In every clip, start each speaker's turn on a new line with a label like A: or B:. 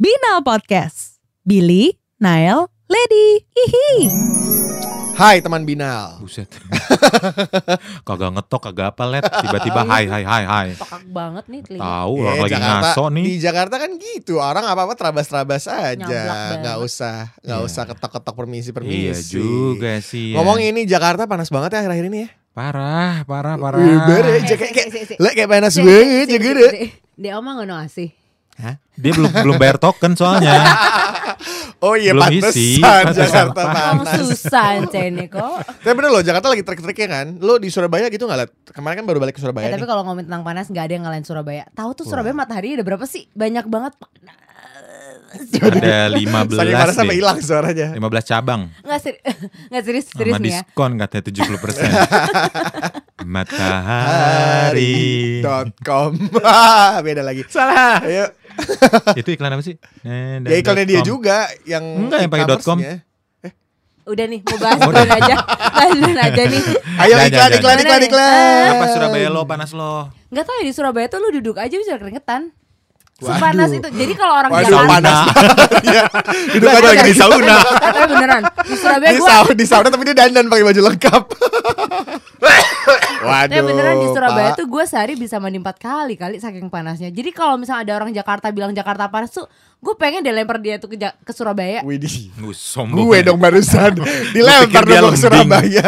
A: Binal Podcast. Billy, Nael, Lady. Hihi.
B: Hai teman binal.
C: Buset. kagak ngetok, kagak apa let. Tiba-tiba hai hai hai hai.
A: Tokak banget nih telinga.
C: Tahu
B: Eh,
C: Oh, orang lagi ngaso nih.
B: Di Jakarta kan gitu, orang apa-apa terabas-terabas
A: Nyablak
B: aja.
A: banget.
B: Nggak usah, nggak
C: Iya.
B: usah ketok-ketok permisi-permisi.
C: Iya juga sih. ya.
B: Ngomong ini Jakarta panas banget ya akhir-akhir ini ya.
C: Parah, parah, parah.
B: Iya, bener ya.
D: Eh,
B: Jack,
D: si,
B: kayak-
D: si, si, si.
B: Lah kayak panas
D: Si, si,
B: banget
D: si,
B: juga
D: si,
B: deh.
D: si. Dia omong ngono asih.
C: Dia belum belum bayar token soalnya.
B: Oh iya
C: Belum isi,
B: pantesan
C: pantesan.
B: Jakarta
D: Kamu
B: panas.
D: susah Cene kok.
B: Tapi bener loh Jakarta lagi trik-triknya kan. Lo di Surabaya gitu nggak? Lat? Kemarin kan baru balik ke
D: Eh,
B: Surabaya.
D: tapi
B: nih.
D: kalau ngomongin tentang panas nggak ada yang ngalahin Surabaya. Tahu tuh Surabaya matahari ada berapa sih? Banyak banget.
C: Ada 15
B: Saking panas sampai
C: deh.
B: hilang suaranya.
C: 15 cabang
D: Nggak seri nggak serius serius
C: sama
D: nih ya.
C: diskon katanya 70% Matahari
B: Hari.com. Ah, Beda lagi.
C: Salah
B: Ayo.
C: Itu iklan apa sih? Eh,
B: Ya iklannya dia
C: com.
B: juga yang
C: Enggak, yang pakai
B: e-commerce-nya.
C: .com.
D: Udah nih mau bahas duluan aja. Bahas duluan aja nih.
B: Ayo
C: Jangan,
B: iklan,
C: jangan,
B: iklan,
D: jangan.
B: iklan, iklan.
C: Apa Surabaya lo panas lo
D: Nggak tahu ya di Surabaya tuh lu duduk aja bisa keringetan.
B: Waduh.
D: Sepanas itu. Jadi kalau orang
B: Waduh,
D: Jakarta
B: panas. Iya. Duduk aja lagi di sauna.
D: Iya, Tapi beneran di Surabaya
B: Di
D: gua
B: sauna, di sauna tapi dia dandan pakai baju lengkap. Waduh.
D: Ya beneran di Surabaya
B: Pak.
D: tuh gue sehari bisa mandi empat kali kali saking panasnya. Jadi kalau misalnya ada orang Jakarta bilang Jakarta panas tuh gue pengen deh lempar dia tuh ke, Ja- ke Surabaya.
B: Widih.
C: Gue sombong
B: Gue dong barusan dilempar
C: Lu pikir dia
B: dong gua ke
C: lembing.
B: Surabaya.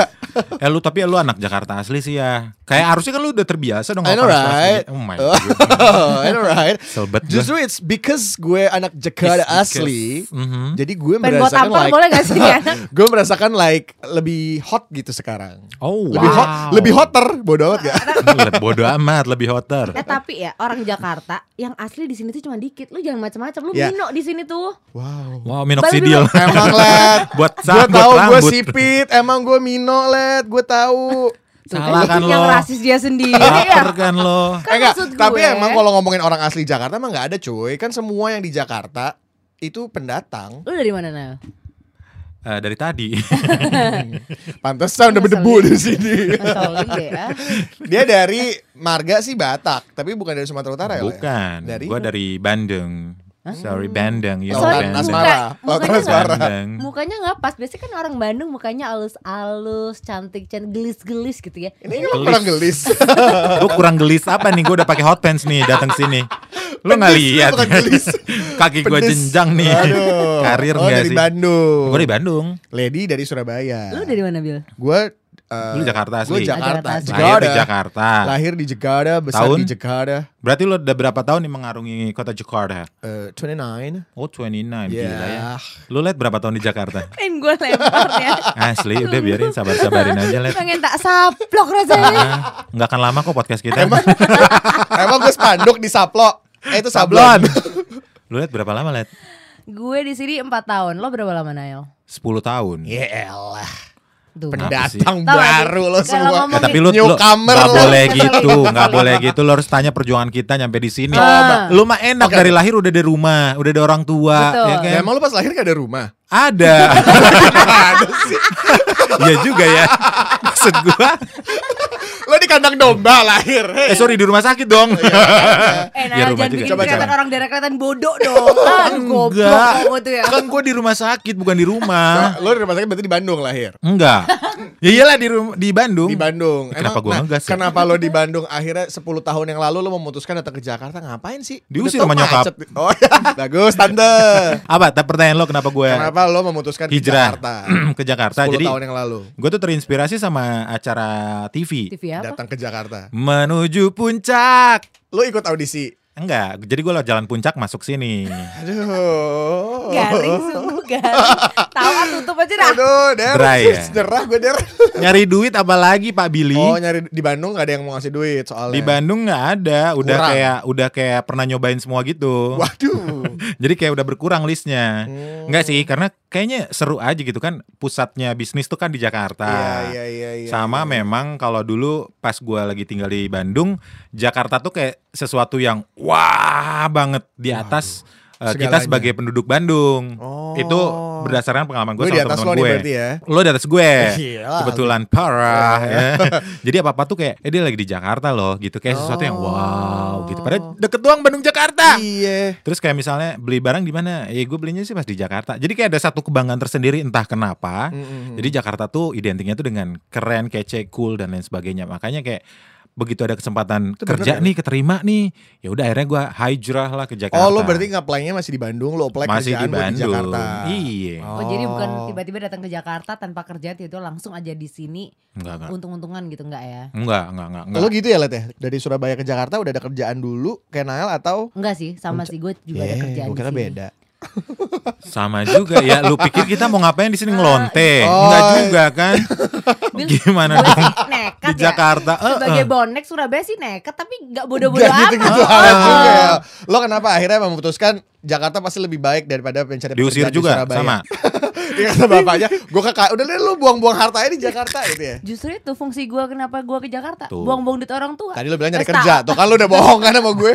C: Eh lu tapi lu anak Jakarta asli sih ya Kayak harusnya kan lu udah terbiasa dong
B: I know
C: sama panas-panas
B: right.
C: gini. Oh my god
B: Oh, I know right.
C: Selbet gue.
B: Justru it's because gue anak Jakarta
C: It's because-
B: asli.
C: Mhm.
B: Jadi gue
D: Pengen buat
B: merasakan
D: tampar
B: kan like
D: boleh gak sih Iya. nih anak?
B: gue merasakan like lebih hot gitu sekarang.
C: Oh
B: Lebih hot,
C: wow.
B: lebih hotter, bodoh amat gak?
C: Lebih Bodoh amat lebih hotter
D: Eh tapi ya orang Jakarta yang asli di sini tuh cuma dikit. Lu jangan macam-macam. Lu
B: Ya.
D: Mino di sini tuh.
B: Wow.
C: Wow minoxidil
B: Emang let,
C: Buat
B: gue
C: sak, buat
B: tahu gue
C: rambut.
B: sipit, emang gue mino let, gue tahu.
D: Tuh,
C: Salah kan
D: jadi yang
C: lo.
D: rasis dia sendiri
C: Laper
D: ya.
C: kan lo
D: Kan
B: Eh, enggak,
D: maksud
B: tapi
D: gue-
B: emang kalau ngomongin orang asli Jakarta emang nggak ada cuy, kan semua yang di Jakarta itu pendatang.
D: Lu dari mana Nel?
C: Eh, Dari tadi
B: Pantesan udah berdebu di sini.
D: Ngeselin deh ya.
B: Dia dari marga sih Batak, tapi bukan dari Sumatera Utara ya. Le?
C: Bukan
B: Dari
C: Gue dari Bandung Sorry Bandung you know,
D: Soalnya
B: Lautan
C: Bandung.
D: muka-
B: Asmara. Lautan
D: mukanya nggak-
B: Asmara.
C: Bandung.
D: Mukanya nggak pas. Biasanya kan orang Bandung mukanya alus-alus, cantik-cantik, gelis-gelis gitu ya.
B: Ini kan orang gelis.
C: Lu kurang gelis apa nih? Gue udah pakai hot pants nih datang sini. Lu nggak
B: Pedes,
C: lihat?
B: bukan gelis.
C: Kaki gue
B: Pedes.
C: jenjang nih.
B: Aduh.
C: Karir
B: oh,
C: nggak
B: dari
C: sih?
B: Bandung.
C: Gue di Bandung.
B: Lady dari Surabaya.
D: Lu
C: Ya.
D: dari mana Bil?
B: Gue
C: Lu Jakarta asli.
B: Gue Jakarta.
D: Ah,
C: Lahir di
B: Jakarta.
C: Jakarta.
B: Lahir di Jakarta, besar
C: Ah. Tahun?
B: di Jakarta.
C: Berarti lu udah berapa tahun nih mengarungi kota Jakarta?
B: Eh, 29.
C: Oh 29 gila ya.
B: Ya.
C: Lu lihat berapa tahun di Jakarta?
D: Pengen gue lempar ya.
C: Asli udah biarin sabar-sabarin aja lihat.
D: Pengen tak saplok rasanya.
C: Nggak akan lama kok podcast kita.
B: Emang gue spanduk di Saplo. Eh itu
C: Sablon.
B: sablon.
C: Lu lihat berapa lama lihat?
D: gue di sini 4 tahun. Lo berapa lama Nail?
C: 10 tahun.
B: Iya, Yelah,
D: Tuh.
B: pendatang
D: Tahu gak sih?
B: baru lo
D: Kalau
B: semua.
D: ngomongin-
C: Ya, tapi lu, lu
B: Newcomer
C: nggak
B: lu.
C: boleh gitu, nggak boleh gitu. Lu harus tanya perjuangan kita nyampe di sini.
D: Ah.
C: Lu mah enak
B: Oke,
C: dari lahir udah di rumah, udah ada orang tua,
D: Betul.
C: ya kan?
B: Ya, emang lu pas lahir gak ada rumah?
C: Ada.
B: Ada sih.
C: Iya juga ya. Maksud gua,
B: Lo di kandang domba lahir. Hey.
C: eh sorry di rumah sakit
B: Oh,
C: dong.
B: iya.
D: Eh, Nail
C: Ya, rumah
D: jangan
C: juga.
D: bikin
C: Coba,
D: kelihatan
C: coba.
D: orang daerah kelihatan bodoh dong. Aduh, goblok
C: Enggak.
D: kamu tuh ya.
C: kan gua di rumah sakit bukan di rumah.
B: Lo di rumah sakit berarti di Bandung lahir.
C: Enggak. Ya iyalah di rumah di Bandung.
B: Di Bandung. nah,
C: Ya, kenapa gua ngegas ya?
B: Kenapa lo di Bandung akhirnya 10 tahun yang lalu lo memutuskan datang ke Jakarta ngapain sih?
C: Diusir
B: Udah tau
C: sama nyokap.
B: macet. Oh ya, bagus tante.
C: Apa? tak pertanyaan lo kenapa gue
B: Kenapa lo memutuskan ke
C: Iya. hijrah
B: Jakarta?
C: ke Jakarta?
B: 10
C: Jadi
B: tahun yang lalu
C: gue tuh terinspirasi sama acara TV.
D: TV Iya, apa?
B: datang ke Jakarta.
C: Menuju puncak.
B: Lo ikut audisi.
C: Enggak, jadi gue lewat jalan puncak masuk sini.
B: Aduh.
D: Garing sungguh garing. Tahu ah tutup aja dah.
B: Aduh, der.
C: Dry ya?
B: Jerah gue der.
C: Nyari duit apa lagi Pak Billy?
B: Oh, nyari di Bandung gak ada yang mau ngasih duit soalnya.
C: Di Bandung nggak ada, udah
B: Kurang.
C: kayak udah kayak pernah nyobain semua gitu.
B: Waduh.
C: Jadi kayak udah berkurang listnya.
B: Hmm.
C: Enggak sih, karena kayaknya seru aja gitu kan pusatnya bisnis tuh kan di Jakarta.
B: Iya, iya, iya, iya.
C: Sama memang kalau dulu pas gua lagi tinggal di Bandung, Jakarta tuh kayak sesuatu yang wah banget di atas eh, kita
B: Segalanya.
C: sebagai penduduk Bandung.
B: Oh.
C: Itu berdasarkan pengalaman gue
B: gue di
C: sama
B: atas lo
C: teman
B: nih
C: gue.
B: berarti ya.
C: Lo di atas gue.
D: Iya
B: Gila.
C: Kebetulan parah
B: Iya,
C: ya. Jadi apa-apa tuh kayak eh dia lagi di Jakarta loh gitu
B: Oh.
C: kayak sesuatu yang wow gitu. Padahal deket doang Bandung Jakarta.
B: Iya.
C: Terus kayak misalnya beli barang di mana? Ya gue belinya sih pas di Jakarta. Jadi kayak ada satu kebanggaan tersendiri entah kenapa.
B: Mm-mm.
C: Jadi Jakarta tuh identiknya tuh dengan keren, kece, cool dan lain sebagainya. Makanya kayak begitu ada kesempatan
B: Itu bener
C: kerja
B: kan?
C: nih, keterima nih, ya udah akhirnya gue hijrah lah ke Jakarta.
B: Oh lo berarti ngaplainnya masih di Bandung Lo apply
C: masih
B: kerjaan
C: di
B: buat
C: Bandung?
B: di Jakarta
C: Iya,
D: Oh, jadi bukan tiba-tiba datang ke Jakarta tanpa kerjaan itu langsung aja di sini
C: enggak enggak.
D: untung-untungan gitu enggak ya?
C: Enggak, enggak, enggak, enggak.
B: Lo gitu ya Let ya Dari Surabaya ke Jakarta udah ada kerjaan dulu Kayak Nael atau
D: Enggak sih, sama sih gue juga ada
B: Eh,
D: kerjaan
B: gua
D: di
B: kira
D: sini.
B: beda
C: Sama juga ya. Lu pikir kita mau ngapain di sini
D: Ah,
C: ngelonte?
D: iya.
B: Oh.
C: Enggak juga kan?
D: Bil,
C: Gimana
D: Gue
C: dong?
D: sih nekat
C: Di
D: ya.
C: Jakarta. eh,
D: Sebagai
C: eh.
D: bonek Surabaya sih nekat tapi enggak bodoh-bodoh
B: Gak
C: gitu,
D: amat. Oh,
B: gitu-gitu amat gitu, juga
C: Iya.
B: ya. Lo kenapa akhirnya memutuskan Jakarta pasti lebih baik daripada pencari
C: Diusir
B: pekerjaan di
C: juga
B: Surabaya.
C: sama.
B: Iya kata bapaknya Gue ke K- Udah deh lu buang-buang hartanya di Jakarta gitu ya
D: Justru itu fungsi gue kenapa gue ke Jakarta
C: Tuh.
D: Buang-buang duit orang tua
B: Tadi lo bilang nyari
D: Pesta.
B: kerja Tuh kan lo udah bohong kan sama gue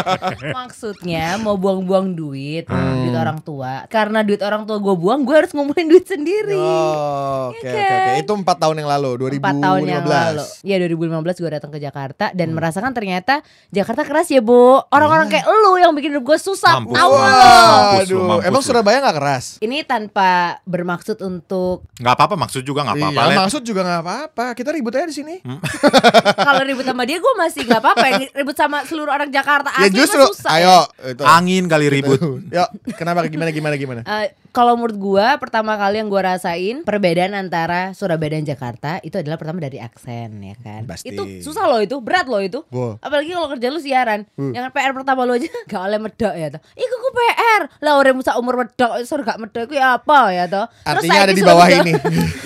D: Maksudnya mau buang-buang duit
C: Hmm.
D: Duit orang tua Karena duit orang tua gue buang Gue harus ngumpulin duit sendiri
B: Oh, Oke oke oke Itu 4 tahun yang lalu 2015
D: Iya kan? Empat tahun yang lalu Ya 2015 gue datang ke Jakarta Dan
C: Hmm.
D: merasakan ternyata Jakarta keras ya bu Orang-orang
C: Iya.
D: kayak lu yang bikin hidup gue susah
C: Mampus,
D: Tahu
C: mampus.
D: lu.
C: Mampus lu,
B: Aduh,
C: mampus
B: emang
C: lu.
B: Surabaya gak keras?
D: Ini tanpa bermaksud untuk
C: Enggak apa-apa maksud juga enggak apa-apa.
B: iya,
C: Let.
B: maksud juga gak apa-apa Kita ribut aja di sini
D: Hmm? Kalau ribut sama dia gue masih gak apa-apa yang Ribut sama seluruh orang Jakarta
B: Ya
D: asli mah
B: justru
D: susah
B: Ayo itu.
C: Angin
D: Gitu.
C: kali ribut.
B: Yuk kenapa gimana gimana gimana
D: Eh, kalau menurut gua pertama kali yang gua rasain perbedaan antara Surabaya dan Jakarta itu adalah pertama dari aksen ya kan.
B: Pasti.
D: Itu susah loh itu, berat loh itu.
B: Wah.
D: Apalagi kalau kerja lu siaran.
B: Hmm.
D: Yang PR pertama lu aja gak oleh medok ya toh. Iku ku PR. Lah orang musa umur medok, surga medok itu ya apa ya toh. Terus
B: Artinya
D: saiki
B: ada di
D: suruh
B: bawah
D: medok.
B: ini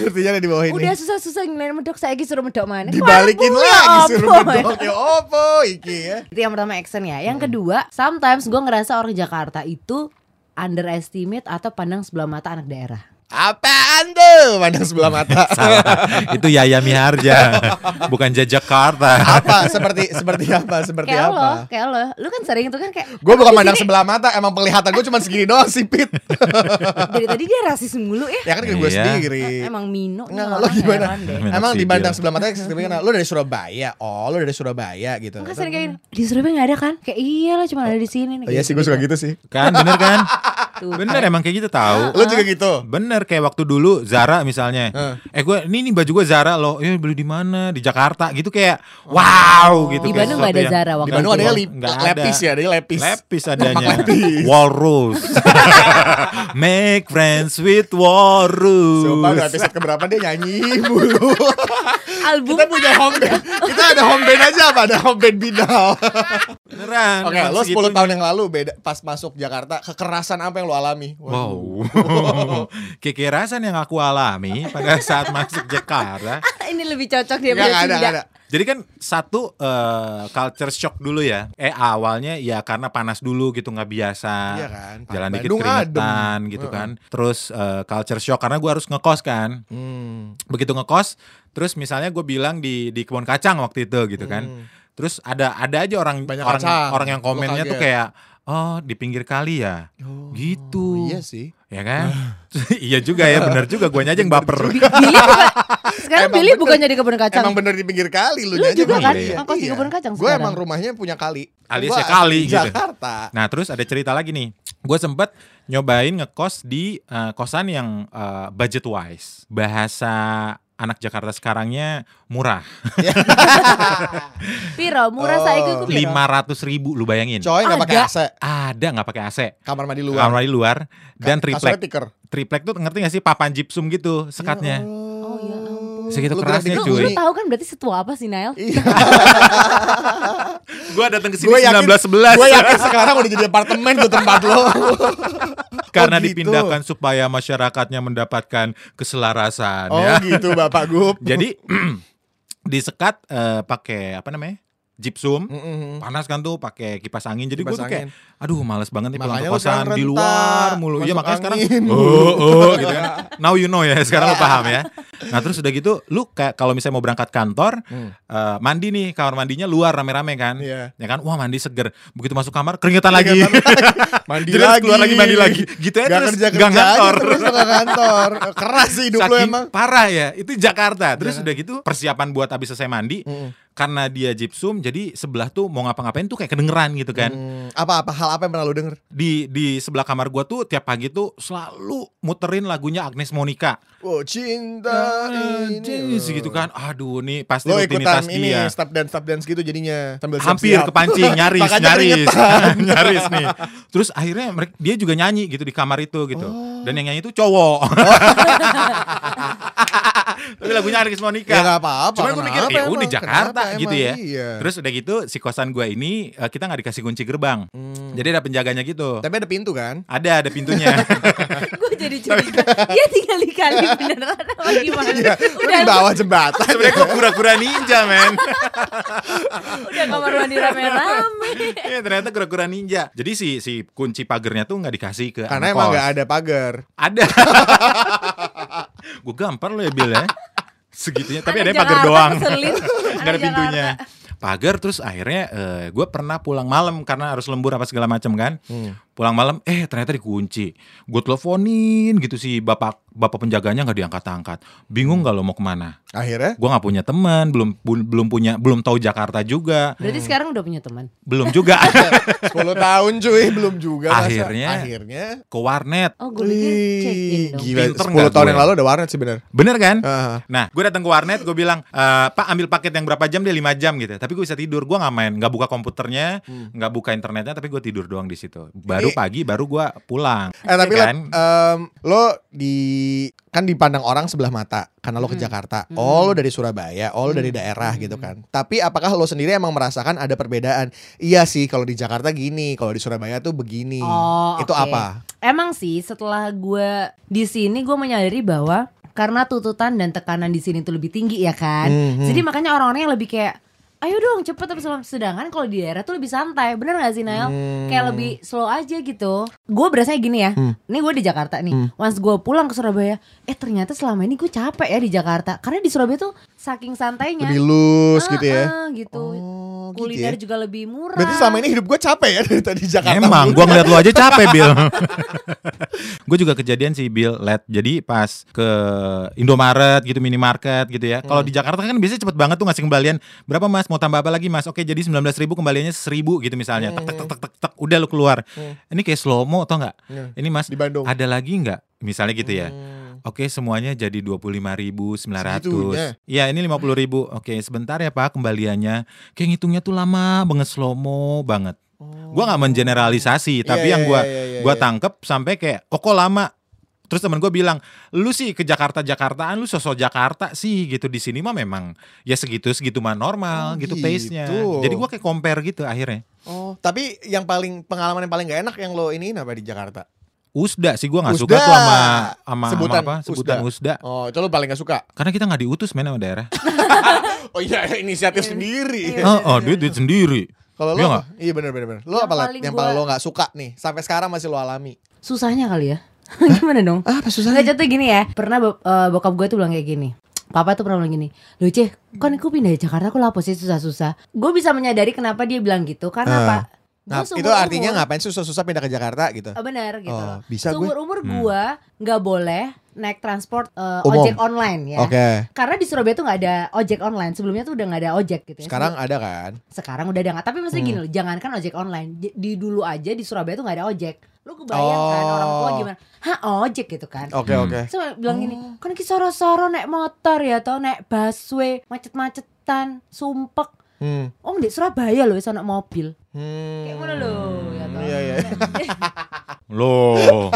B: Artinya ada di bawah ini
D: Udah susah-susah ngelain medok saya suruh medok mana?
B: Dibalikin
D: Kuarbu ya
B: lagi suruh
D: apa ya?
B: bedok Ya opo iki ya
D: Itu yang pertama action ya.
B: Hmm.
D: Yang kedua, sometimes gua ngerasa orang Jakarta itu underestimate atau pandang sebelah mata anak daerah.
B: Apaan tuh Pandang sebelah mata
C: Salah. Itu Yaya Miharja, bukan Jakarta.
B: Apa seperti seperti apa Seperti
D: kayak
B: apa
D: lo, kayak lo, lu kan sering tuh kan kayak
B: Gue bukan
D: "Di
B: pandang
D: sini
B: sebelah mata Emang penglihatan gue cuma segini doang sipit
D: Dari tadi dia rasis mulu ya.
B: Ya kan ke gue
C: Iya.
B: sendiri
D: Emang Mino nih
B: Nggak,
D: orang
B: lo gimana?
D: heran deh.
C: Minat
B: Emang
C: sipil.
B: dibandang sebelah mata kan Lo dari Surabaya Oh lo dari Surabaya gitu
D: Enggak kan sering kayak gini, di Surabaya nggak ada kan? Kayak iya lah cuma ada di sini nih.
B: Oh iya sih gue suka gitu sih
C: Kan bener kan?
D: Tuh,
C: Bener emang kayak gitu tahu.
B: Lo juga gitu
C: Bener kayak waktu dulu Zara misalnya. Eh gue ini ini baju gue Zara loh. Eh beli di mana? Di Jakarta gitu kayak wow
D: Oh. Di
C: gitu. kayak
D: Bandung nggak
C: sesuatu
D: ada
C: yang-
D: Zara waktu
B: Di Bandung adanya
C: Bandung
B: lip-
C: nggak ada.
B: lepis ya Adanya lepis
C: Lepis adanya. Walrus. Make friends with walrus.
B: Coba udah episode keberapa dia nyanyi mulu
D: Album
B: Kita punya home band Kita ada home band aja apa Ada home band bidal
C: Beneran.
B: Oke
C: emang
B: lo 10
C: segitunya.
B: tahun yang lalu beda Pas masuk Jakarta Kekerasan apa yang lo alami
C: Wow, kekerasan yang aku alami pada saat masuk Jakarta.
D: ini lebih cocok dia
B: Nggak, nggak ada, nggak ada.
C: Jadi kan satu eh, culture shock dulu ya. Eh awalnya ya karena panas dulu gitu nggak biasa.
B: Iya kan,
C: Jalan
B: Bandung
C: dikit keringetan
B: adem.
C: gitu kan. Terus eh, culture shock karena gue harus ngekos kan.
B: Hmm.
C: Begitu ngekos, terus misalnya gue bilang di di kebun kacang waktu itu gitu kan. Terus ada ada aja orang
B: Hmm. Banyak
C: orang
B: kacang.
C: orang yang
B: Gua
C: komennya tuh
B: kaget.
C: kayak oh di pinggir kali ya. gitu.
B: Iya sih
C: Ya kan? iya juga ya, benar juga guanya aja yang baper.
D: Billy juga, sekarang
B: Emang
D: Billy
B: bener.
D: bukan jadi kebun kacang.
B: Emang bener di pinggir kali
D: Lu
B: Lu, nyanyi
D: juga
B: emang
C: kan?
B: iya.
D: Ngekos di
B: Iya.
D: kebun kacang
B: Gue
D: sekarang.
B: emang rumahnya punya kali
C: Alias
B: Gua
C: ya kali
B: asli
C: gitu.
B: Jakarta
C: Nah, terus ada cerita lagi nih. Gue sempet nyobain ngekos di eh, kosan yang eh, budget wise. Bahasa anak Jakarta sekarangnya murah.
D: Piro, murah
B: Oh,
D: saiki ku piro?
C: Lima ratus ribu, lu bayangin.
B: Coy gak pakai
D: Ada.
B: AC
C: Ada nggak pakai AC?
B: Kamar mandi
C: Kamar
B: luar
C: mandi luar
B: Kasurnya
C: dan triplek.
B: tiker
C: Triplek tuh ngerti gak sih papan gypsum gitu
B: Iya,
C: sekatnya.
D: Oh ya ampun.
C: Segitu
B: Lu
C: kerasnya,
D: Lu,
B: gerak dikit
C: cuy.
D: lu
B: bunyi.
D: tahu kan berarti setua apa sih Nail?
B: Iya
C: Gue datang ke sini
B: Gue oh. yakin-
C: 1911
B: Gue yakin sekarang udah jadi apartemen tuh tempat lo Oh,
C: karena
B: gitu.
C: dipindahkan supaya masyarakatnya mendapatkan keselarasan
B: Oh
C: ya.
B: gitu Bapak Gup
C: Jadi disekat eh, pakai apa namanya? gypsum
B: Mm-mm.
C: panas kan tuh pakai kipas angin jadi
B: Hmm.
C: gue
B: Kipas
C: tuh kayak
B: angin.
C: aduh males banget nih pulang
B: Makanya
C: ke
B: lu
C: kosan
B: sekarang
C: di
B: renta,
C: luar mulu ya
B: masuk
C: makanya sekarang
B: angin.
C: oh oh gitu kan now you know ya sekarang lu paham ya nah terus udah gitu lu kayak kalau misalnya mau berangkat kantor
B: Hmm.
C: eh, mandi nih kamar mandinya luar rame-rame kan
B: Iya.
C: ya kan wah mandi seger begitu masuk kamar keringetan lagi
B: mandi
C: Jadi harus
B: lagi
C: keluar lagi, mandi lagi. Gitu ya,
B: Nggak
C: terus
B: kerja
C: nggak
B: kerja
C: ngantor.
B: terus nggak kantor keras sih hidup lu
C: Saking
B: emang Iya.
C: parah ya itu Jakarta terus udah gitu persiapan buat habis selesai mandi
B: Hmm.
C: karena dia gypsum jadi sebelah tuh mau ngapa-ngapain tuh kayak kedengeran gitu kan
B: Hmm. apa apa hal apa yang pernah lu denger
C: di di sebelah kamar gua tuh tiap pagi tuh selalu muterin lagunya Agnes Monica
B: oh cinta ini
C: Jeez, gitu kan aduh nih pasti
B: lo
C: rutinitas
B: ikutan ini
C: dia
B: step dance step dance gitu jadinya sambil
C: hampir
B: siap-siap.
C: kepancing nyaris
B: Makanya
C: nyaris
B: keringetan.
C: nyaris nih terus akhirnya mereka, dia juga nyanyi gitu di kamar itu gitu
B: Oh.
C: dan yang nyanyi itu cowok tapi lagunya Aris Monica
B: ya nggak apa-apa
C: Cuma gue mikir,
B: "Eh, kenapa
C: ya
B: emang?
C: udah Jakarta
B: Kenapa
C: gitu
B: emang?
C: ya.
B: Iya.
C: Terus udah gitu si kosan gue ini eh, kita nggak dikasih kunci gerbang. Jadi ada penjaganya gitu.
B: Hmm. tapi ada pintu kan
C: Ada ada pintunya.
D: Gue jadi curiga. Dia tinggal di kali beneran apa gimana?
B: Iya, lu di bawah jembatan
C: Sebenarnya gue pura-pura ninja men.
D: udah kamar mandi rame-rame.
C: Iya ternyata pura-pura ninja. Jadi si si kunci pagernya tuh nggak dikasih ke
B: karena
C: anak
B: emang
C: kos.
B: nggak ada pagar
C: Ada. gue gampar lo ya Bill ya. Segitunya tapi
D: Anak
C: ada pagar
D: Jakarta
C: doang.
D: ngeselin.
C: Gak ada
D: Anak
C: pintunya.
D: Jakarta.
C: Pagar terus akhirnya gue pernah pulang malam karena harus lembur apa segala macam kan. Pulang malam eh ternyata dikunci. Gue teleponin gitu si bapak bapak penjaganya nggak diangkat-angkat. Bingung gak lo mau kemana?
B: akhirnya
C: Gue nggak punya teman, belum bu- belum punya belum tahu Jakarta juga,
D: Berarti sekarang udah punya teman.
C: belum juga
B: 10 tahun cuy belum juga masa.
C: Akhirnya.
B: akhirnya
C: ke warnet.
D: Oh, gue pikir check in
B: Wih,
D: dong.
B: gila
C: Pinter
B: 10
C: nggak
B: tahun
C: gue?
B: yang lalu ada warnet sih bener
C: Bener kan?
B: Ah.
C: Nah, gue datang ke warnet, gue bilang, "Eh, Pak ambil paket yang berapa jam? Dia 5 jam gitu. Tapi gue bisa tidur, gue nggak main, nggak buka komputernya, nggak buka internetnya, tapi gue tidur doang di situ. Baru
B: Eh.
C: pagi, baru gue pulang.
B: Eh tapi
C: Iya
D: kan?
B: Lep, em, lo di kan dipandang orang sebelah mata karena lo ke
D: Hmm.
B: Jakarta. Oh lo dari Surabaya, oh lo dari daerah gitu kan. Tapi apakah lo sendiri emang merasakan ada perbedaan? Iya sih kalau di Jakarta gini, kalau di Surabaya tuh begini.
D: Oh,
B: Itu
D: oke.
B: apa?
D: Emang sih setelah gue di sini gue menyadari bahwa karena tuntutan dan tekanan di sini tuh lebih tinggi ya kan.
B: Mhm.
D: Jadi makanya orang-orang yang lebih kayak ayo dong cepet tapi sama- sedangkan kalau di daerah tuh lebih santai bener gak sih Nael
B: Hmm.
D: kayak lebih slow aja gitu gue berasanya gini ya ini gue di Jakarta
B: Hmm.
D: nih once gue pulang ke Surabaya eh ternyata selama ini gue capek ya di Jakarta karena di Surabaya tuh saking santainya
B: Lebih loose gitu ya.
D: Ah, ah, gitu.
B: Oh, gitu
D: kuliner
B: ya.
D: juga lebih murah
B: Berarti selama ini hidup gue capek ya dari tadi Jakarta.
C: Emang,
B: mulu.
C: gue ngeliat lu aja capek, Bill. gue juga kejadian sih, Bill, let. Jadi pas ke Indomaret gitu, minimarket gitu ya. Kalau di Jakarta kan biasanya cepet banget tuh ngasih kembalian. Berapa mas? Mau tambah apa lagi mas? Oke, jadi 19 ribu kembaliannya 1000 gitu misalnya. Tek, tek, tek, tek, tek, tek. Udah lu keluar. Ini kayak slow-mo tau nggak?
B: Iya.
C: Ini mas,
B: Di Bandung.
C: ada lagi nggak? Misalnya gitu ya.
B: Hmm.
C: Oke semuanya jadi 25.900
B: Segitunya. Hmm.
C: Iya ini 50.000 Oke sebentar ya pak kembaliannya Kayak ngitungnya tuh lama banget slow mo banget Gua nggak mengeneralisasi Tapi
B: Oh. Iya,
C: yang
B: iya,
C: gua
B: iya, iya,
C: gua
B: iya.
C: tangkep sampai kayak Oh kok lama Terus temen gue bilang, lu sih ke Jakarta-Jakartaan, lu sosok Jakarta sih gitu di sini mah memang ya segitu segitu mah normal
B: Oh,
C: gitu,
B: gitu.
C: pace-nya. Jadi gua kayak compare gitu akhirnya.
B: Oh, tapi yang paling pengalaman yang paling gak enak yang lo ini apa di Jakarta?
C: Usda sih gua nggak
B: Usda.
C: suka tuh sama sama sama
B: Sebutan
C: apa sebutan
B: Usda.
C: Usda.
B: Oh, itu lo paling gak suka.
C: Karena kita nggak diutus main sama daerah.
B: Oh iya, inisiatif sendiri.
D: Iya.
C: Oh, oh
B: iya.
C: duit duit sendiri.
B: Kalau lo
C: Iya
B: apa?
C: nggak?
B: Iya benar benar benar. Lo
D: Yang
B: apa Lat?
D: paling
B: yang
D: gua-
B: paling lo nggak suka nih sampai sekarang masih lo alami?
D: susahnya kali ya gimana dong
B: Ah, apa
D: Nggak contoh gini ya Pernah bok- eh, bokap gue tuh bilang kayak gini Papa tuh pernah bilang gini Loh Ceh kan aku pindah ke Jakarta Aku lapor sih susah-susah Gue bisa menyadari kenapa dia bilang gitu Karena
B: Ah.
D: apa Gua
B: Nah, itu
D: seumur-umur-
B: artinya ngapain susah-susah pindah ke Jakarta gitu?
D: Eh, Bener gitu loh
B: Oh, bisa gue. Hmm.
D: Seumur-umur gue Gak boleh naik transport eh,
B: Umum.
D: ojek online ya
B: Oke,
D: Karena di Surabaya tuh gak ada ojek online Sebelumnya tuh udah gak ada ojek gitu ya
B: sekarang Hmm. ada kan?
D: sekarang udah ada nggak tapi maksudnya gini loh jangankan ojek online di, di dulu aja di Surabaya tuh nggak ada ojek lu kebayang kan
B: Oh.
D: orang tua gimana hah ojek gitu kan
B: Oke
C: Hmm.
B: oke.
D: Terus bilang gini kan ki soro-soro naik motor ya atau naik busway macet-macetan sumpek
B: Hmm.
D: Oh di Surabaya loh bisa naik mobil
B: Hmm.
D: Kayak mana loh ya toh.
B: Iya, iya.
C: Loh,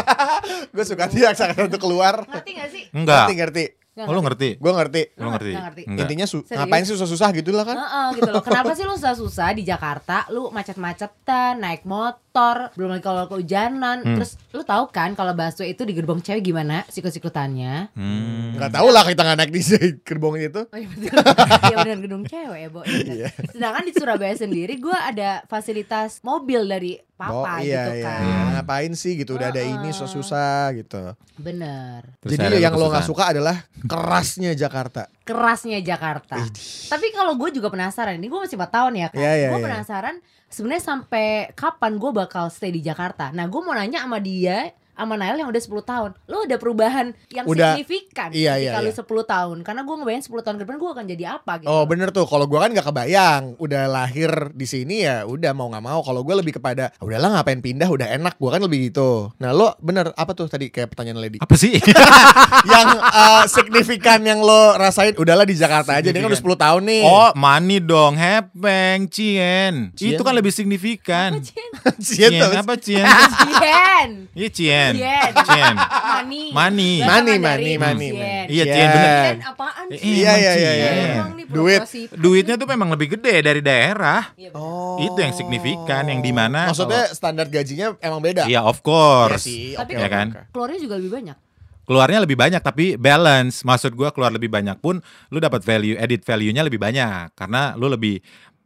B: Gue suka dia sekarang itu keluar.
D: Ngerti gak sih?
B: Ngerti
C: enggak.
B: ngerti.
D: Nggak
C: Oh,
B: kan?
C: lu ngerti?
B: Gue ngerti.
C: Lu ngerti?
D: Nggak ngerti.
C: Enggak.
B: Intinya su-
D: Serius?
B: ngapain sih susah-susah gitu lah kan?
D: Heeh, gitu loh. Kenapa sih lu susah-susah di Jakarta? Lu macet-macetan, naik motor, kotor belum lagi kalau kehujanan
C: Hmm.
D: terus lu tahu kan kalau bakso itu di gerbong cewek gimana sikut-sikutannya
C: Hmm.
B: Gak tau lah kita nggak naik di gerbong itu.
D: Oh iya betul. Iya benar gedung cewek ya, Bo. Iya, benar.
B: Iya.
D: Sedangkan di Surabaya sendiri gue ada fasilitas mobil dari papa
B: iya,
D: gitu
B: iya,
D: kan.
B: iya. Ngapain sih gitu udah ada ini susah-susah gitu.
D: Bener.
C: Terus
B: Jadi
C: akhirnya
B: yang lo nggak suka
C: kesusahan.
B: adalah kerasnya Jakarta.
D: Kerasnya Jakarta. Tapi kalau gue juga penasaran, ini gue masih 4 tahun ya kan.
B: Iya, iya,
D: gue
B: iya.
D: penasaran sebenarnya sampai kapan gue bakal stay di Jakarta. Nah, gue mau nanya sama dia sama Nail yang udah 10 tahun Lo ada perubahan yang
B: Udah.
D: signifikan
B: Iya, iya,
D: Ketika
B: iya.
D: lu 10 tahun Karena gue ngebayangin 10 tahun ke depan gue akan jadi apa gitu
C: Iya.
B: Oh bener tuh, kalau gua kan nggak kebayang, udah lahir di sini ya, udah mau nggak mau. Kalau gua lebih kepada, "Ah, udahlah ngapain pindah, udah enak. Gua kan lebih gitu. Nah lo bener apa tuh tadi kayak pertanyaan Lady?
C: Apa sih?
B: yang eh, signifikan yang lo rasain, udahlah di Jakarta aja. Dia kan udah 10 tahun nih.
C: oh, money dong, hepeng, cien.
B: Cien. Iya,
C: Itu kan lebih signifikan.
B: Cie,
C: Cien
B: terus.
C: apa cien?
D: Jen
C: Iya cien.
D: Jen
C: Cien.
D: Mani
C: Money.
B: Mani,
D: Bahasa
B: mani,
D: Mandarin,
B: mani,
D: Jen.
B: mani.
C: Iya
B: Cien.
C: cien bener.
D: Jen apaan
C: Eh,
D: sih?
B: Iya,
C: emang
B: iya, iya, iya,
C: cien.
B: iya.
D: Emang nih
B: Duit.
D: proporsi.
C: Duitnya tuh memang lebih gede dari daerah.
D: Iya, bener.
B: Oh.
C: Itu yang signifikan, yang dimana
B: Maksudnya standar gajinya emang beda.
C: Iya of course.
D: Tapi
B: oke,
C: ya
B: oke,
C: kan?
B: oke.
D: Keluarnya juga lebih banyak.
C: Keluarnya lebih banyak tapi balance. Maksud gua keluar lebih banyak pun lu dapat value edit value-nya lebih banyak karena lu lebih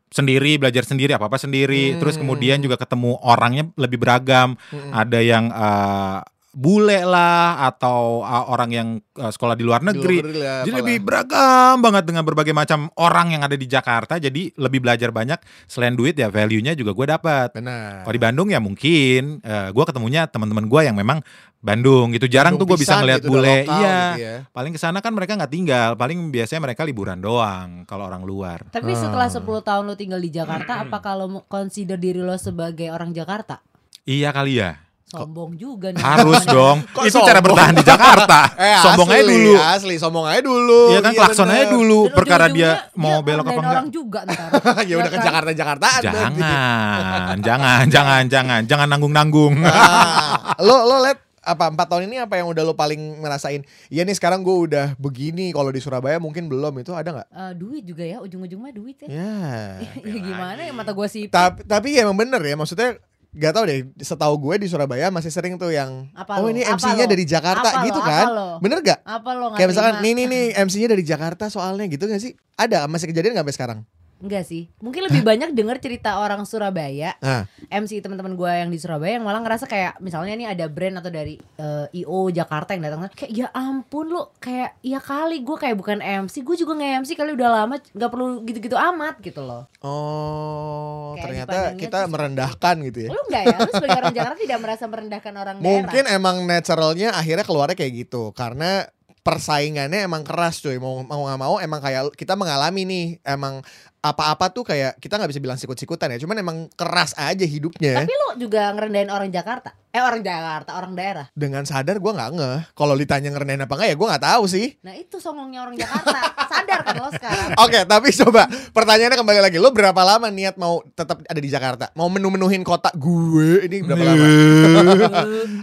C: sendiri belajar sendiri apa apa sendiri terus kemudian juga ketemu orangnya lebih beragam ada yang eh, bule lah atau eh, orang yang eh, sekolah di luar negeri
B: Dulu lah,
C: jadi
B: apalah.
C: lebih beragam banget dengan berbagai macam orang yang ada di Jakarta jadi lebih belajar banyak selain duit ya value-nya juga gue dapat
B: Benar.
C: kalau di Bandung ya mungkin eh, gua ketemunya teman-teman gua yang memang Bandung gitu. Jarang
B: Bandung
C: tuh gua bisa
B: pisan
C: ngeliat
B: gitu, udah
C: bule.
B: lokal
C: iya.
B: gitu ya.
C: Paling kesana kan mereka nggak tinggal. Paling biasanya mereka liburan doang kalau orang luar.
D: Tapi
B: Hmm.
D: setelah 10 tahun lo tinggal di Jakarta, apa kalau mau consider diri lo sebagai orang Jakarta?
C: Iya kali ya.
D: Sombong juga nih.
C: Harus dong.
B: Kok
C: Itu cara
B: sombong?
C: bertahan di Jakarta.
B: Eh,
C: sombong aja
B: asli,
C: dulu.
B: Asli, sombong aja dulu.
C: Iya kan klakson aja
B: bener. Iya,
C: dulu.
D: Dan
C: Perkara
D: ujung-ujungnya
C: dia mau belok apa
D: ngerendahin
C: enggak.
D: orang juga ntar.
B: ya udah ke
D: kan?
B: Jakarta Jakartaan.
C: Jangan, jangan, jangan, jangan, jangan nanggung-nanggung.
B: Ah. lo lo liat apa empat tahun ini apa yang udah lo paling ngerasain? Iya nih sekarang gue udah begini. Kalau di Surabaya mungkin belum itu ada nggak?
D: Eh, duit juga ya, ujung-ujungnya duit ya.
B: Ya.
D: ya gimana ya mata gue sih.
B: Tapi tapi ya emang bener ya maksudnya. Gak tau deh, setahu gue di Surabaya masih sering tuh yang
D: Apa lo?
B: Oh ini
D: Apa
B: MC-nya
D: lo?
B: dari Jakarta
D: Apa lo?
B: gitu
D: Apa
B: kan
D: lo?
B: Bener gak?
D: Apa lo nggak
B: Kayak misalkan
D: terima?
B: nih nih nih MC-nya dari Jakarta soalnya gitu gak sih? Ada masih kejadian gak sampai sekarang?
D: Enggak sih. Mungkin lebih banyak denger cerita orang Surabaya
B: Nah,
D: MC teman-teman gue yang di Surabaya yang malah ngerasa kayak misalnya nih ada brand atau dari eh, IO Jakarta yang datang kayak ya ampun lu kayak ya kali gue kayak bukan MC gue juga nggak MC kali udah lama nggak perlu gitu-gitu amat gitu loh
B: oh
D: Kayak
B: ternyata
D: dipandangnya tuh
B: kita
D: seperti-
B: merendahkan gitu ya.
D: lu nggak ya lu sebagai orang Jakarta tidak merasa merendahkan orang
B: Mungkin
D: daerah
B: emang naturalnya akhirnya keluarnya kayak gitu karena persaingannya emang keras cuy mau mau nggak mau emang kayak kita mengalami nih emang apa-apa tuh kayak kita nggak bisa bilang sikut-sikutan ya cuman emang keras aja hidupnya
D: tapi lu juga ngerendahin orang Jakarta eh orang Jakarta orang daerah
B: dengan sadar gua nggak ngeh kalau ditanya ngerendahin apa nggak ya gua nggak tahu sih
D: nah itu songongnya orang Jakarta sadar kan lo sekarang
B: Oke, tapi coba pertanyaannya kembali lagi. Lo berapa lama niat mau tetap ada di Jakarta? Mau menu-menuhin kota gue ini berapa lama?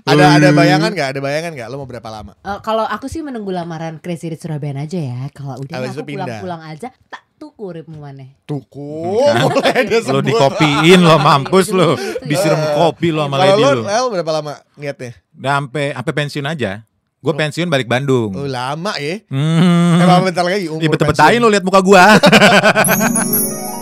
B: ada ada bayangan nggak? Ada bayangan nggak? Lo mau berapa lama?
D: Eh, kalau aku sih menunggu lamaran Crazy Rich Surabaya aja ya kalau udah
B: Habis
D: aku
B: itu pindah.
D: pulang-pulang aja tak tuku uripmu maneh
B: Tuku. Mulai ada
C: Lo
B: sebut.
C: dikopiin lo mampus lo. Disiram kopi lo sama
B: Iya, Kalau
C: lady
B: lo, eh.
C: lo.
B: Lel, berapa lama niatnya?
C: Sampai sampai pensiun aja. Gue pensiun balik Bandung.
B: Oh, lama ya.
C: Hmm. Iya,
B: Emang bentar lagi umur
C: Ih,
B: pensiun.
C: bet-betahin lo lihat muka gua.